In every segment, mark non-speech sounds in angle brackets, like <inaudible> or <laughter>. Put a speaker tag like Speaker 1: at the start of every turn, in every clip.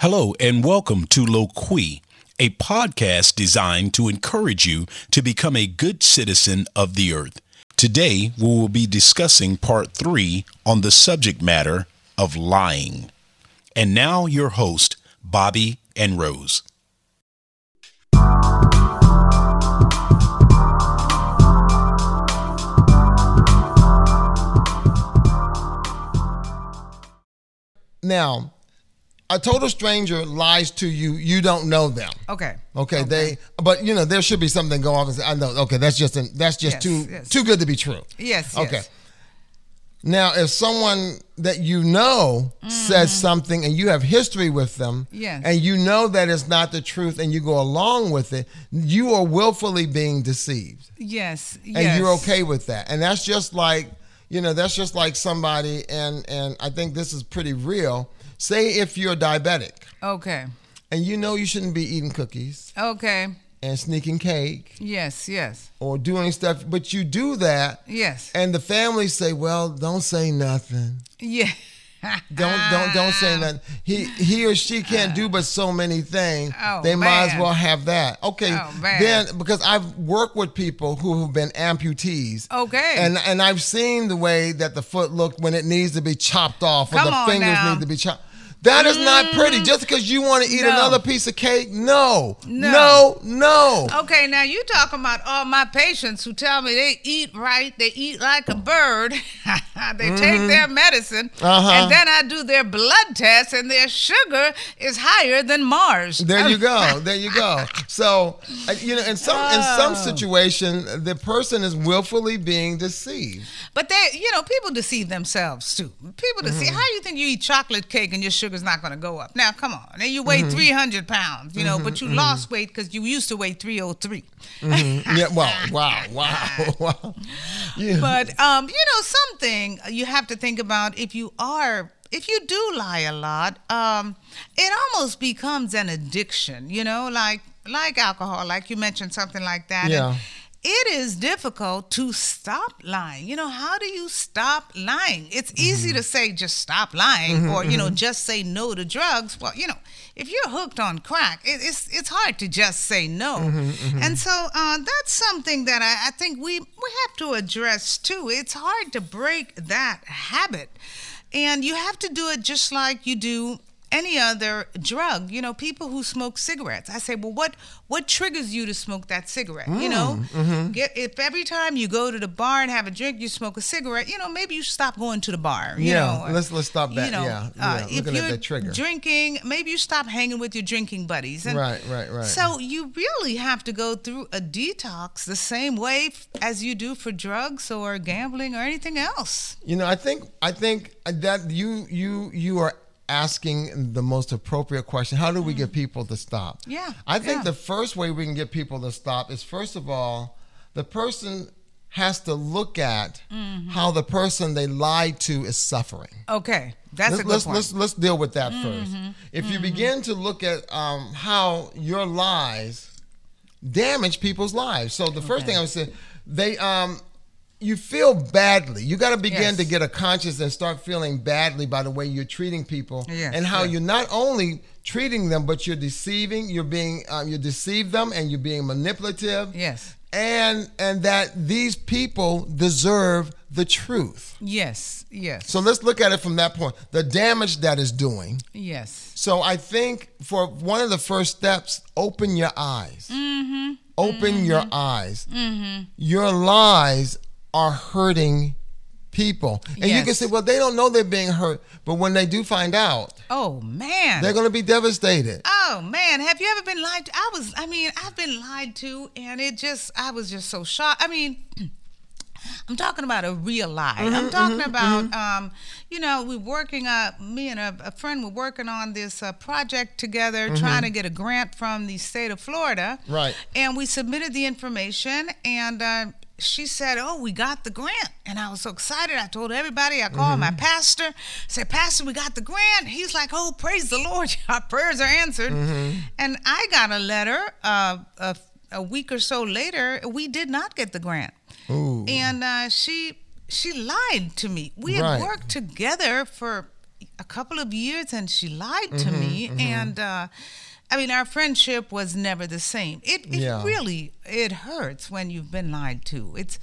Speaker 1: Hello, and welcome to Loqui, a podcast designed to encourage you to become a good citizen of the earth. Today, we will be discussing part three on the subject matter of lying. And now, your host, Bobby and Rose.
Speaker 2: Now, a total stranger lies to you. You don't know them.
Speaker 3: Okay.
Speaker 2: Okay, they. But you know, there should be something go off and say, "I know." Okay, that's just an, that's just
Speaker 3: Yes,
Speaker 2: too
Speaker 3: yes.
Speaker 2: too good to be true.
Speaker 3: Yes.
Speaker 2: Okay.
Speaker 3: yes.
Speaker 2: Now, if someone that you know says something and you have history with them,
Speaker 3: Mm. Yes.
Speaker 2: and you know that it's not the truth, and you go along with it, you are willfully being deceived.
Speaker 3: Yes. Yes.
Speaker 2: and you're okay with that. And that's just like, you know, that's just like somebody and and I think this is pretty real. Say if you're diabetic
Speaker 3: Okay.
Speaker 2: and you know you shouldn't be eating cookies
Speaker 3: Okay.
Speaker 2: and sneaking cake
Speaker 3: Yes. Yes.
Speaker 2: or doing stuff, but you do that
Speaker 3: Yes.
Speaker 2: and the family say, "Well, don't say nothing."
Speaker 3: yeah.
Speaker 2: <laughs> Don't don't don't
Speaker 3: Ah.
Speaker 2: say nothing. He he or she can't do but so many things.
Speaker 3: Oh,
Speaker 2: they might as
Speaker 3: man.
Speaker 2: well have that. Okay.
Speaker 3: Oh, man.
Speaker 2: Then because I've worked with people who have been amputees.
Speaker 3: Okay.
Speaker 2: And and I've seen the way that the foot looked when it needs to be chopped off or
Speaker 3: Come
Speaker 2: the
Speaker 3: on
Speaker 2: fingers
Speaker 3: now. Mm.
Speaker 2: need to be chopped. That is not pretty. Just because you want to eat
Speaker 3: No.
Speaker 2: another piece of cake, no, no,
Speaker 3: No. Oh.
Speaker 2: no.
Speaker 3: Okay, now you talking about all my patients who tell me they eat right, they eat like a bird, <laughs> they take their medicine,
Speaker 2: Mm-hmm. Uh-huh.
Speaker 3: and then I do their blood test, and their sugar is higher than Mars.
Speaker 2: There you
Speaker 3: <laughs>
Speaker 2: go. There you go. So, uh, you know, in some in
Speaker 3: Oh.
Speaker 2: some situation, the person is willfully being deceived.
Speaker 3: But they, you know, people deceive themselves too. People deceive.
Speaker 2: Mm-hmm.
Speaker 3: How you think you eat chocolate cake and your sugar's not going to go up? Now, come on. And you weigh
Speaker 2: Mm-hmm.
Speaker 3: 300 pounds, you know, but you lost weight because you used to weigh 303. <laughs>
Speaker 2: Yeah. Well. Wow. Wow. <laughs> Wow. Yeah.
Speaker 3: But, um, you know, something you have to think about if you are, if you do lie a lot, um, it almost becomes an addiction, you know, like, like alcohol, like you mentioned something like that. And
Speaker 2: Yeah.
Speaker 3: it is difficult to stop lying. You know, how do you stop lying? It's easy to say just stop lying or, you know, just say no to drugs. Well, you know, if you're hooked on crack, it, it's it's hard to just say no. And so uh, that's something that I, I think we, we have to address too. It's hard to break that habit. And you have to do it just like you do any other drug you know people who smoke cigarettes i say well what what triggers you to smoke that cigarette you know
Speaker 2: Mm, mm-hmm.
Speaker 3: get if every time you go to the bar and have a drink you smoke a cigarette you know maybe you stop going to the bar you
Speaker 2: Yeah,
Speaker 3: know or,
Speaker 2: let's- let's stop that. Yeah, yeah,
Speaker 3: if
Speaker 2: looking at
Speaker 3: you're
Speaker 2: that trigger.
Speaker 3: drinking maybe you stop hanging with your drinking buddies and
Speaker 2: Right, right, right.
Speaker 3: so you really have to go through a detox the same way f- as you do for drugs or gambling or anything else
Speaker 2: You know, I think I think that you you you are asking the most appropriate question. How do we get people to stop?
Speaker 3: Mm. Yeah,
Speaker 2: I think
Speaker 3: yeah.
Speaker 2: the first way we can get people to stop is first of all, the person has to look at
Speaker 3: Mm-hmm.
Speaker 2: how the person they lied to is suffering.
Speaker 3: okay that's
Speaker 2: let's,
Speaker 3: a good
Speaker 2: let's,
Speaker 3: point Mm-hmm.
Speaker 2: let's let's deal with that first. If you begin to look at um, how your lies damage people's lives, so the first thing I would say, they um, you feel badly. You got to begin
Speaker 3: Yes.
Speaker 2: to get a conscience and start feeling badly by the way you're treating people
Speaker 3: Yes,
Speaker 2: and how
Speaker 3: yes.
Speaker 2: you're not only treating them, but you're deceiving. You're being um, you deceive them and you're being manipulative.
Speaker 3: yes
Speaker 2: And and that these people deserve the truth.
Speaker 3: yes yes
Speaker 2: So let's look at it from that point. The damage that is doing.
Speaker 3: Yes.
Speaker 2: So I think for one of the first steps, open your eyes. Open your eyes. Your lies are hurting people. And you can
Speaker 3: Yes.
Speaker 2: say, well, they don't know they're being hurt. But when they do find out,
Speaker 3: Oh man.
Speaker 2: they're going to be devastated.
Speaker 3: oh man. Have you ever been lied to? I was. I mean, I've been lied to, and it just. I was just so shocked. I mean. I'm talking about a real lie. I'm talking about, um, you know, we're working. Uh, me and a, a friend were working on this uh, project together, trying to get a grant from the state of Florida.
Speaker 2: Right.
Speaker 3: And we submitted the information, and uh, she said, "Oh, we got the grant," and I was so excited. I told everybody. I called my pastor. Said, "Pastor, we got the grant." He's like, "Oh, praise the Lord! <laughs> Our prayers are answered." And I got a letter uh, a, a week or so later. We did not get the grant, and uh, she she lied to me. We had
Speaker 2: Right.
Speaker 3: worked together for a couple of years and she lied to
Speaker 2: Mm-hmm,
Speaker 3: me and uh, i mean our friendship was never the same it, it
Speaker 2: Yeah.
Speaker 3: really it hurts when you've been lied to it's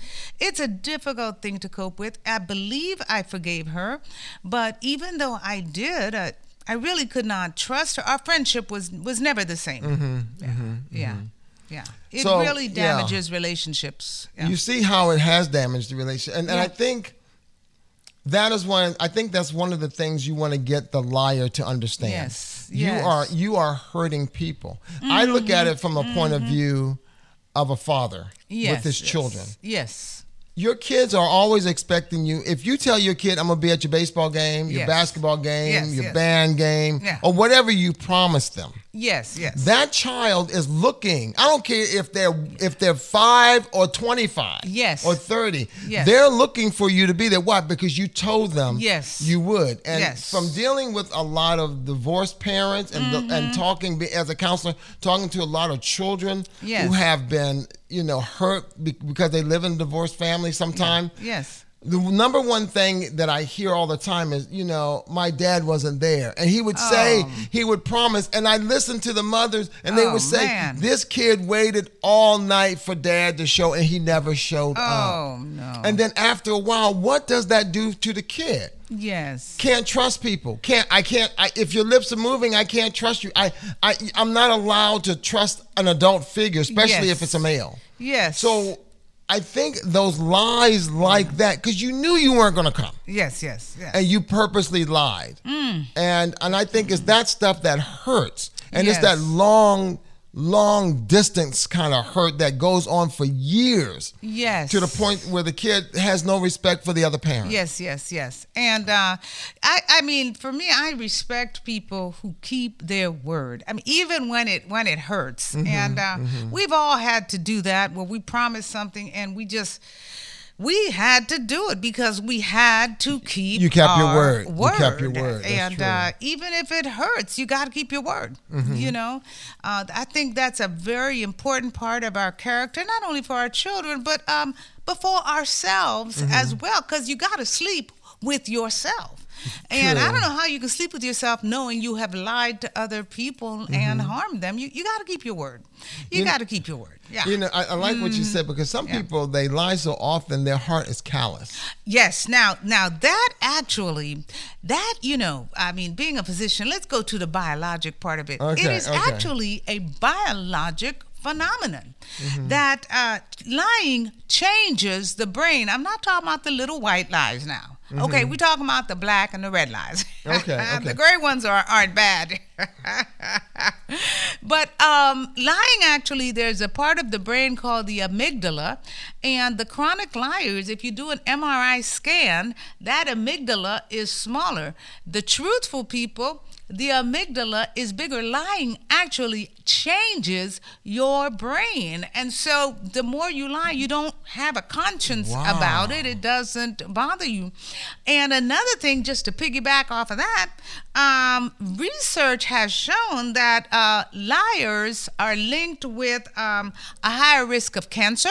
Speaker 3: it's a difficult thing to cope with i believe i forgave her but even though i did uh, i really could not trust her our friendship was was never the same yeah yeah yeah it
Speaker 2: Mm-hmm, So,
Speaker 3: really
Speaker 2: yeah.
Speaker 3: damages relationships yeah.
Speaker 2: you see how it has damaged the relationship and, and i
Speaker 3: Yeah.
Speaker 2: think that is one i think that's one of the things you want to get the liar to understand
Speaker 3: Yes,
Speaker 2: you
Speaker 3: yes.
Speaker 2: are you are hurting people i look at it from a
Speaker 3: Mm-hmm.
Speaker 2: point of view of a father with his children
Speaker 3: yes
Speaker 2: your kids are always expecting you. If you tell your kid, I'm going to be at your baseball game, your
Speaker 3: Yes.
Speaker 2: basketball game,
Speaker 3: Yes,
Speaker 2: your
Speaker 3: yes.
Speaker 2: band game,
Speaker 3: Yeah.
Speaker 2: or whatever you promise them,
Speaker 3: yes yes
Speaker 2: that child is looking. I don't care if they're if they're five or twenty five,
Speaker 3: Yes.
Speaker 2: or thirty.
Speaker 3: Yes.
Speaker 2: They're looking for you to be there. Why? Because you told them,
Speaker 3: Yes.
Speaker 2: you would. And
Speaker 3: Yes.
Speaker 2: from dealing with a lot of divorced parents and the, and
Speaker 3: Mm-hmm.
Speaker 2: talking be- as a counselor, talking to a lot of children
Speaker 3: Yes.
Speaker 2: who have been you know hurt be- because they live in a divorced family. Sometimes
Speaker 3: yes
Speaker 2: the number one thing that I hear all the time is, you know, my dad wasn't there. And he would say,
Speaker 3: Oh.
Speaker 2: he would promise. And I listened to the mothers, and they
Speaker 3: Oh,
Speaker 2: would say,
Speaker 3: man.
Speaker 2: this kid waited all night for dad to show, and he never showed up.
Speaker 3: Oh no.
Speaker 2: And then after a while, what does that do to the kid?
Speaker 3: yes.
Speaker 2: Can't trust people. Can't I can't I, if your lips are moving, I can't trust you. I I I'm not allowed to trust an adult figure, especially
Speaker 3: Yes.
Speaker 2: if it's a male.
Speaker 3: Yes.
Speaker 2: So I think those lies
Speaker 3: Mm.
Speaker 2: like that, because you knew you weren't going to come,
Speaker 3: yes, yes, yes.
Speaker 2: and you purposely lied,
Speaker 3: Mm.
Speaker 2: and and I think it's that stuff that hurts, and it's that
Speaker 3: Yes.
Speaker 2: long, long distance kind of hurt that goes on for years
Speaker 3: yes.
Speaker 2: to the point where the kid has no respect for the other parent.
Speaker 3: Yes, yes, yes. And uh, I, I mean, for me, I respect people who keep their word. I mean, even when it when it hurts.
Speaker 2: Mm-hmm,
Speaker 3: and uh, we've all had to do that where we promised something and we just. We had to do it because we had to keep
Speaker 2: You kept your
Speaker 3: our
Speaker 2: word. You kept your word. That's
Speaker 3: and
Speaker 2: true.
Speaker 3: uh, even if it hurts, you got to keep your word.
Speaker 2: Mm-hmm.
Speaker 3: You know, uh, I think that's a very important part of our character, not only for our children, but um, but for ourselves
Speaker 2: Mm-hmm.
Speaker 3: as well, because you got to sleep with yourself. And I
Speaker 2: True.
Speaker 3: don't know how you can sleep with yourself knowing you have lied to other people
Speaker 2: Mm-hmm.
Speaker 3: and harmed them. You you got to keep your word. You, got to keep your word. Yeah.
Speaker 2: You know, I, I like what you
Speaker 3: Mm.
Speaker 2: said because some people they lie so often their heart is callous.
Speaker 3: Yes. Now, now that actually, that you know, I mean, being a physician, let's go to the biologic part of it. it
Speaker 2: Okay,
Speaker 3: is
Speaker 2: okay.
Speaker 3: actually a biologic phenomenon
Speaker 2: Mm-hmm.
Speaker 3: that uh, lying changes the brain. I'm not talking about the little white lies now. Okay, we're talking about the black and the red lies.
Speaker 2: Mm-hmm.
Speaker 3: <laughs>
Speaker 2: Okay, okay.
Speaker 3: the gray ones are aren't bad. but um, lying actually, there's a part of the brain called the amygdala, and the chronic liars. If you do an MRI scan, that amygdala is smaller. The truthful people. The amygdala is bigger. Lying actually changes your brain. And so the more you lie, you don't have a conscience
Speaker 2: Wow.
Speaker 3: about it. It doesn't bother you. And another thing, just to piggyback off of that, um, research has shown that uh, liars are linked with um, a higher risk of cancer.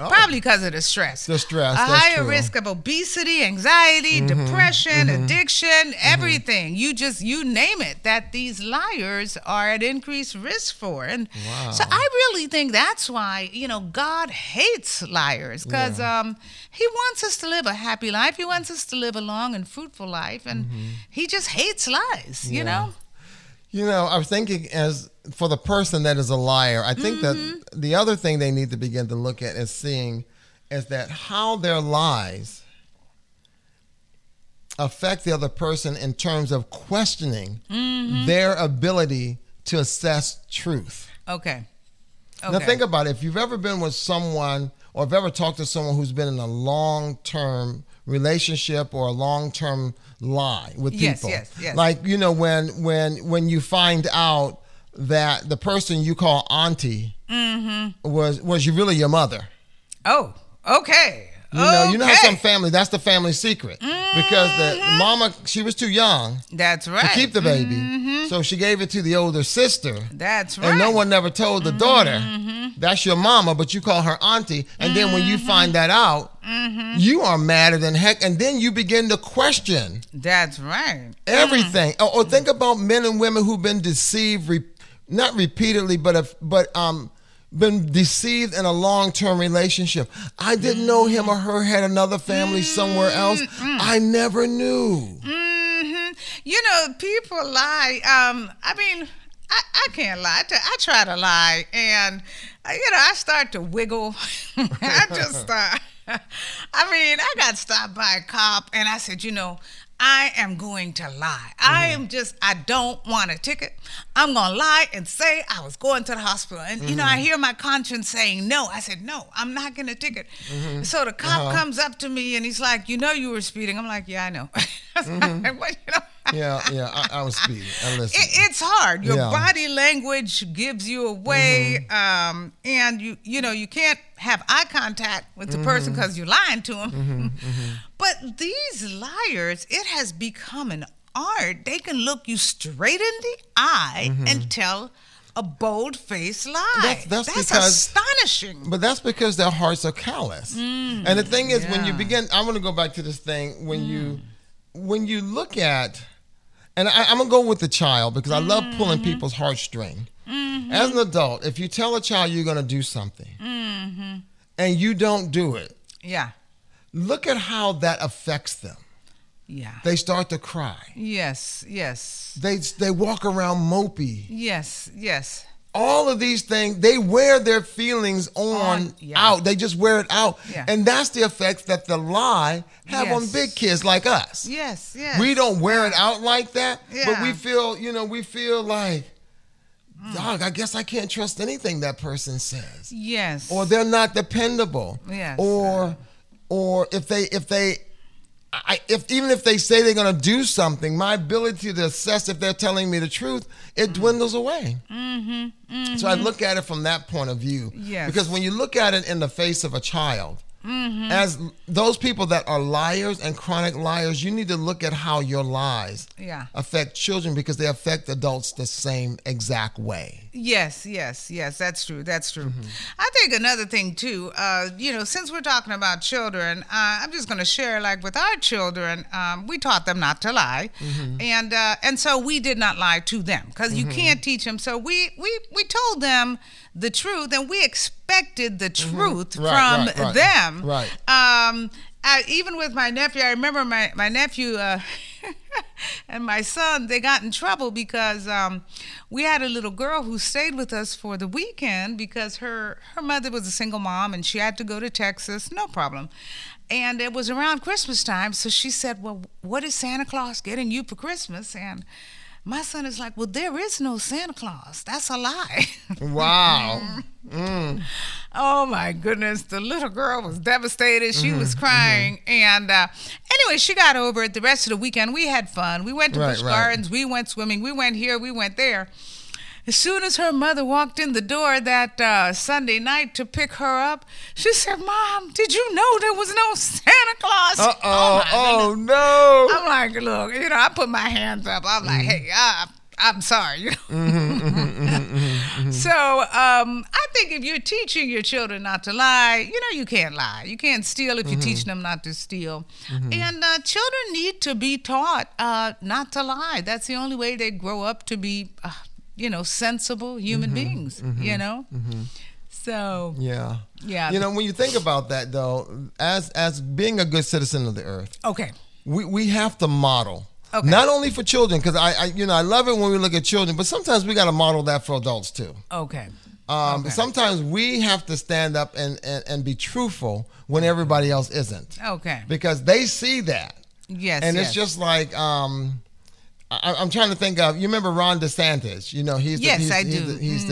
Speaker 3: Probably because of the stress.
Speaker 2: Oh. The stress,
Speaker 3: A
Speaker 2: that's
Speaker 3: higher
Speaker 2: true.
Speaker 3: risk of obesity, anxiety,
Speaker 2: Mm-hmm.
Speaker 3: depression, addiction, everything. You just, you name it, that these liars are at increased risk for. And so
Speaker 2: Wow.
Speaker 3: I really think that's why, you know, God hates liars because um, He wants us to live a happy life. He wants us to live a long and fruitful life. And
Speaker 2: Mm-hmm.
Speaker 3: He just hates lies, you know?
Speaker 2: You know, I was thinking as for the person that is a liar, I think that the other thing they need to begin to look at is seeing is that how their lies affect the other person in terms of questioning their ability to assess truth.
Speaker 3: Okay.
Speaker 2: Now think about it. If you've ever been with someone or have ever talked to someone who's been in a long term relationship or a long term lie with
Speaker 3: Yes,
Speaker 2: people.
Speaker 3: yes, yes.
Speaker 2: Like, you know, when when when you find out that the person you call auntie
Speaker 3: Mm-hmm.
Speaker 2: was was you really your mother.
Speaker 3: oh, okay.
Speaker 2: You know, you know how some
Speaker 3: Okay. Mm-hmm.
Speaker 2: family that's the family secret. Because the mama she was too young
Speaker 3: That's right.
Speaker 2: to keep the baby.
Speaker 3: Mm-hmm.
Speaker 2: So she gave it to the older sister.
Speaker 3: That's right.
Speaker 2: And
Speaker 3: Mm-hmm.
Speaker 2: no one never told the daughter, that's your mama, but you call her auntie. And then when you find that out,
Speaker 3: Mm-hmm.
Speaker 2: you are madder than heck, and then you begin to question
Speaker 3: That's right.
Speaker 2: everything. Or, or think about men and women who've been deceived, re- not repeatedly, but have, but um, been deceived in a long-term relationship. I didn't know him or her had another family somewhere else.
Speaker 3: Mm.
Speaker 2: I never knew.
Speaker 3: hmm You know, people lie. Um, I mean, I, I can't lie. I t- I try to lie, and uh, you know, I start to wiggle. <laughs> I just, uh, I mean, I got stopped by a cop, and I said, you know. I am going to lie. I am just, I don't want a ticket. I'm going to lie and say I was going to the hospital. And, you know, I hear my conscience saying no. I said, no, I'm not getting a ticket. So the cop comes up to me and he's like, you know, you were speeding. I'm like, yeah, I know. <laughs> Well, you know,
Speaker 2: Mm-hmm.
Speaker 3: <laughs>
Speaker 2: Yeah, yeah, I, I was speeding. I listened.
Speaker 3: it, it's hard. Your
Speaker 2: Yeah.
Speaker 3: body language gives you away,
Speaker 2: Mm-hmm.
Speaker 3: um, and you you know you can't have eye contact with the person
Speaker 2: Mm-hmm.
Speaker 3: because you're lying to them. <laughs> But these liars, it has become an art. They can look you straight in the eye and tell a bold-faced lie.
Speaker 2: Mm-hmm. That's- that's because-
Speaker 3: astonishing.
Speaker 2: But that's because their hearts are callous. and the thing is, when you
Speaker 3: yeah.
Speaker 2: begin, I want to go back to this thing when you when you look at, and I, I'm gonna go with the child because I love pulling people's heartstring. As an adult, if you tell a child you're gonna do something and you don't do it,
Speaker 3: yeah,
Speaker 2: look at how that affects them.
Speaker 3: yeah.
Speaker 2: They start to cry.
Speaker 3: yes, yes,
Speaker 2: They they walk around mopey.
Speaker 3: yes, yes.
Speaker 2: all of these things they wear their feelings on,
Speaker 3: On, yeah.
Speaker 2: out they just wear it out
Speaker 3: Yeah.
Speaker 2: and that's the effects that the lie have on
Speaker 3: Yes.
Speaker 2: big kids like us
Speaker 3: Yes, yes.
Speaker 2: we don't wear it out like that but
Speaker 3: Yeah. Mm.
Speaker 2: we feel you know we feel like dog i guess i can't trust anything that person says
Speaker 3: Yes.
Speaker 2: or they're not dependable
Speaker 3: Yes.
Speaker 2: or or if they if they I, if even if they say they're going to do something, my ability to assess if they're telling me the truth,
Speaker 3: Mm.
Speaker 2: it dwindles away. So I look at it from that point of view.
Speaker 3: Mm-hmm. Yes. Mm-hmm.
Speaker 2: Because when you look at it in the face of a child, as those people that are liars and chronic liars, you need to look at how your lies
Speaker 3: Yeah.
Speaker 2: affect children because they affect adults the same exact way.
Speaker 3: Yes, yes, yes. That's true. That's true.
Speaker 2: Mm-hmm.
Speaker 3: I think another thing too. Uh, you know, since we're talking about children, uh, I'm just going to share like with our children, um, we taught them not to lie,
Speaker 2: Mm-hmm.
Speaker 3: and uh, and so we did not lie to them because you can't teach them. So we we we told them the truth, and we expected the truth
Speaker 2: Mm-hmm. Right,
Speaker 3: from
Speaker 2: right, right.
Speaker 3: them.
Speaker 2: Right.
Speaker 3: Um, I, even with my nephew, I remember my my nephew. Uh, <laughs> and my son they got in trouble because um, we had a little girl who stayed with us for the weekend because her her mother was a single mom and she had to go to texas no problem and it was around christmas time so she said well what is santa claus getting you for christmas and my son is like well there is no santa claus that's a lie <laughs>
Speaker 2: Wow.
Speaker 3: Oh my goodness, the little girl was devastated. She
Speaker 2: Mm-hmm,
Speaker 3: was crying. And uh, anyway, she got over it the rest of the weekend. We had fun. We went to
Speaker 2: Right,
Speaker 3: Busch
Speaker 2: right.
Speaker 3: Gardens, we went swimming, we went here, we went there. As soon as her mother walked in the door that uh, Sunday night to pick her up, she said, Mom, did you know there was no Santa Claus?
Speaker 2: Uh oh.
Speaker 3: my
Speaker 2: Oh, no.
Speaker 3: I'm like, look, you know, I put my hands up. I'm like, hey, I, I'm sorry. <laughs> You know.
Speaker 2: Mm-hmm,
Speaker 3: So um, I think if you're teaching your children not to lie, you know, you can't lie. You can't steal if
Speaker 2: Mm-hmm.
Speaker 3: you teach them not to steal. And uh, children need to be taught uh, not to lie. That's the only way they grow up to be, uh, you know, sensible
Speaker 2: Mm-hmm,
Speaker 3: human beings. You know. So
Speaker 2: Yeah.
Speaker 3: Yeah.
Speaker 2: You know, when you think about that though, as as being a good citizen of the earth,
Speaker 3: okay,
Speaker 2: we, we have to model.
Speaker 3: Okay.
Speaker 2: Not only for children, because I, I you know I love it when we look at children, but sometimes we got to model that for adults too.
Speaker 3: okay,
Speaker 2: Um,
Speaker 3: Okay.
Speaker 2: Sometimes we have to stand up and, and, and be truthful when everybody else isn't,
Speaker 3: okay.
Speaker 2: because they see that,
Speaker 3: Yes,
Speaker 2: and
Speaker 3: yes.
Speaker 2: it's just like um, I, I'm trying to think of. You remember Ron DeSantis? You know he's
Speaker 3: Yes,
Speaker 2: the, he's,
Speaker 3: I
Speaker 2: he's
Speaker 3: do.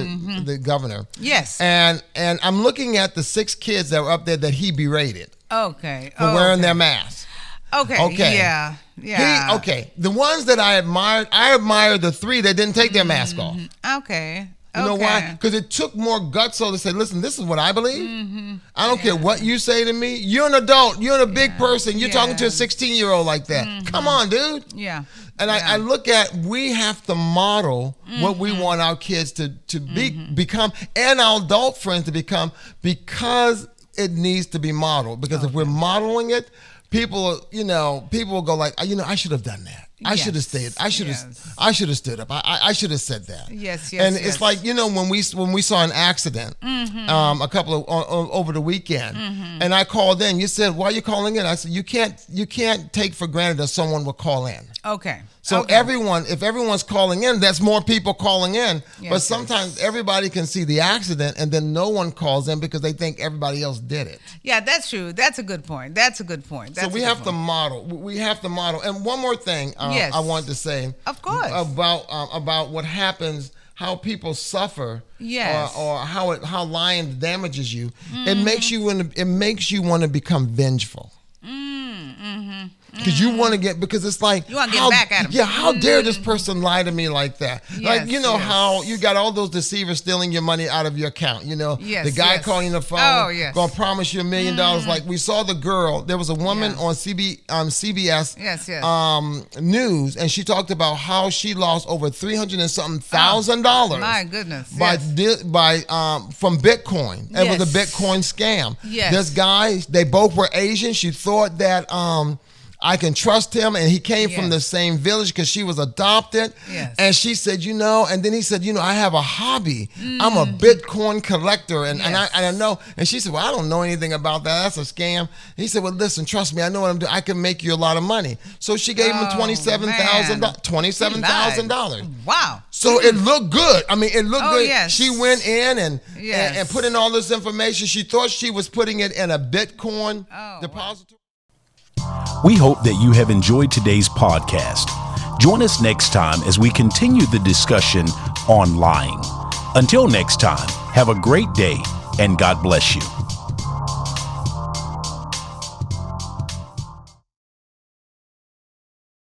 Speaker 3: Mm-hmm.
Speaker 2: the, he's the, the governor.
Speaker 3: yes.
Speaker 2: And and I'm looking at the six kids that were up there that he berated
Speaker 3: Oh, okay.
Speaker 2: for wearing their mask.
Speaker 3: Okay.
Speaker 2: Okay.
Speaker 3: Yeah. Yeah.
Speaker 2: He, okay, the ones that I admired, I admired the three that didn't take their mask off. You
Speaker 3: Okay.
Speaker 2: know
Speaker 3: Mm-hmm. okay.
Speaker 2: why? Because it took more guts so to say, listen, this is what I believe.
Speaker 3: Mm-hmm.
Speaker 2: I don't care what you say to me. You're an adult. You're a big person. You're talking to a
Speaker 3: Yeah. Mm-hmm.
Speaker 2: 16 year old like that. Come on, dude.
Speaker 3: Yeah. Mm-hmm.
Speaker 2: And I, I look at we have to model what we want our kids to to be become and our adult friends to become because it needs to be modeled because if we're modeling it, people, you know, people will go like, "Oh, you know, I should have done that. I should have
Speaker 3: Yes.
Speaker 2: stayed. I should have.
Speaker 3: Yes.
Speaker 2: I should have stood up. I, I, I should have said that.
Speaker 3: Yes,
Speaker 2: And
Speaker 3: yes, yes. Mm-hmm.
Speaker 2: it's like you know when we when we saw an accident, um, a couple of o- o- over the weekend, and I called in. You said, "Why are you calling in?" I said, "You can't you can't take for granted that someone will call in."
Speaker 3: Okay.
Speaker 2: So
Speaker 3: okay.
Speaker 2: everyone, if everyone's calling in, that's more people calling in. but
Speaker 3: Yes,
Speaker 2: sometimes everybody can see the accident and then no one calls in because they think everybody else did it.
Speaker 3: yeah, that's true. That's a good point. That's a good point. That's
Speaker 2: so we
Speaker 3: a good
Speaker 2: have to
Speaker 3: point.
Speaker 2: model. We have to model. And one more thing uh,
Speaker 3: Yes.
Speaker 2: I want to say,
Speaker 3: Of course.
Speaker 2: about um, about what happens, how people suffer,
Speaker 3: Yes. Mm-hmm.
Speaker 2: or, or how it how lying damages you. It makes you wanna- it makes you want to become vengeful. Because you want to get because it's like
Speaker 3: Mm-hmm. You wanna get
Speaker 2: how-
Speaker 3: back at 'em. Mm-hmm.
Speaker 2: Yeah, how dare this person lie to me like that? like
Speaker 3: Yes,
Speaker 2: you know
Speaker 3: yes.
Speaker 2: how you got all those deceivers stealing your money out of your account. You know
Speaker 3: Yes,
Speaker 2: the guy
Speaker 3: yes.
Speaker 2: calling the phone,
Speaker 3: Oh, yes.
Speaker 2: gonna promise you a million
Speaker 3: Mm.
Speaker 2: dollars. Like we saw the girl. There was a woman
Speaker 3: Yeah.
Speaker 2: on CB um, CBS
Speaker 3: Yes, yes.
Speaker 2: um, news, and she talked about how she lost over three hundred and something thousand dollars.
Speaker 3: Oh, My goodness.
Speaker 2: By
Speaker 3: yes.
Speaker 2: di- by um, from Bitcoin, it was
Speaker 3: Yes.
Speaker 2: a Bitcoin scam.
Speaker 3: Yes.
Speaker 2: This guy, they both were Asian. She thought that um, I can trust him, and he came from
Speaker 3: Yes.
Speaker 2: the same village because she was adopted.
Speaker 3: Yes.
Speaker 2: And she said, you know, and then he said, you know, I have a hobby. I'm a Bitcoin collector, and, and I
Speaker 3: Mm. Yes.
Speaker 2: and I know. And she said, well, I don't know anything about that. That's a scam. He said, well, listen, trust me, I know what I'm doing. I can make you a lot of money. So she gave him
Speaker 3: Oh,
Speaker 2: twenty seven thousand
Speaker 3: man.
Speaker 2: dollars. Twenty seven thousand dollars.
Speaker 3: Wow.
Speaker 2: So it looked good. I mean, it looked
Speaker 3: Oh,
Speaker 2: good.
Speaker 3: yes.
Speaker 2: She went in and,
Speaker 3: Yes.
Speaker 2: and and put in all this information. She thought she was putting it in a Bitcoin
Speaker 3: Oh, wow.
Speaker 2: depository.
Speaker 1: We hope that you have enjoyed today's podcast. Join us next time as we continue the discussion on lying. Until next time, have a great day and God bless you.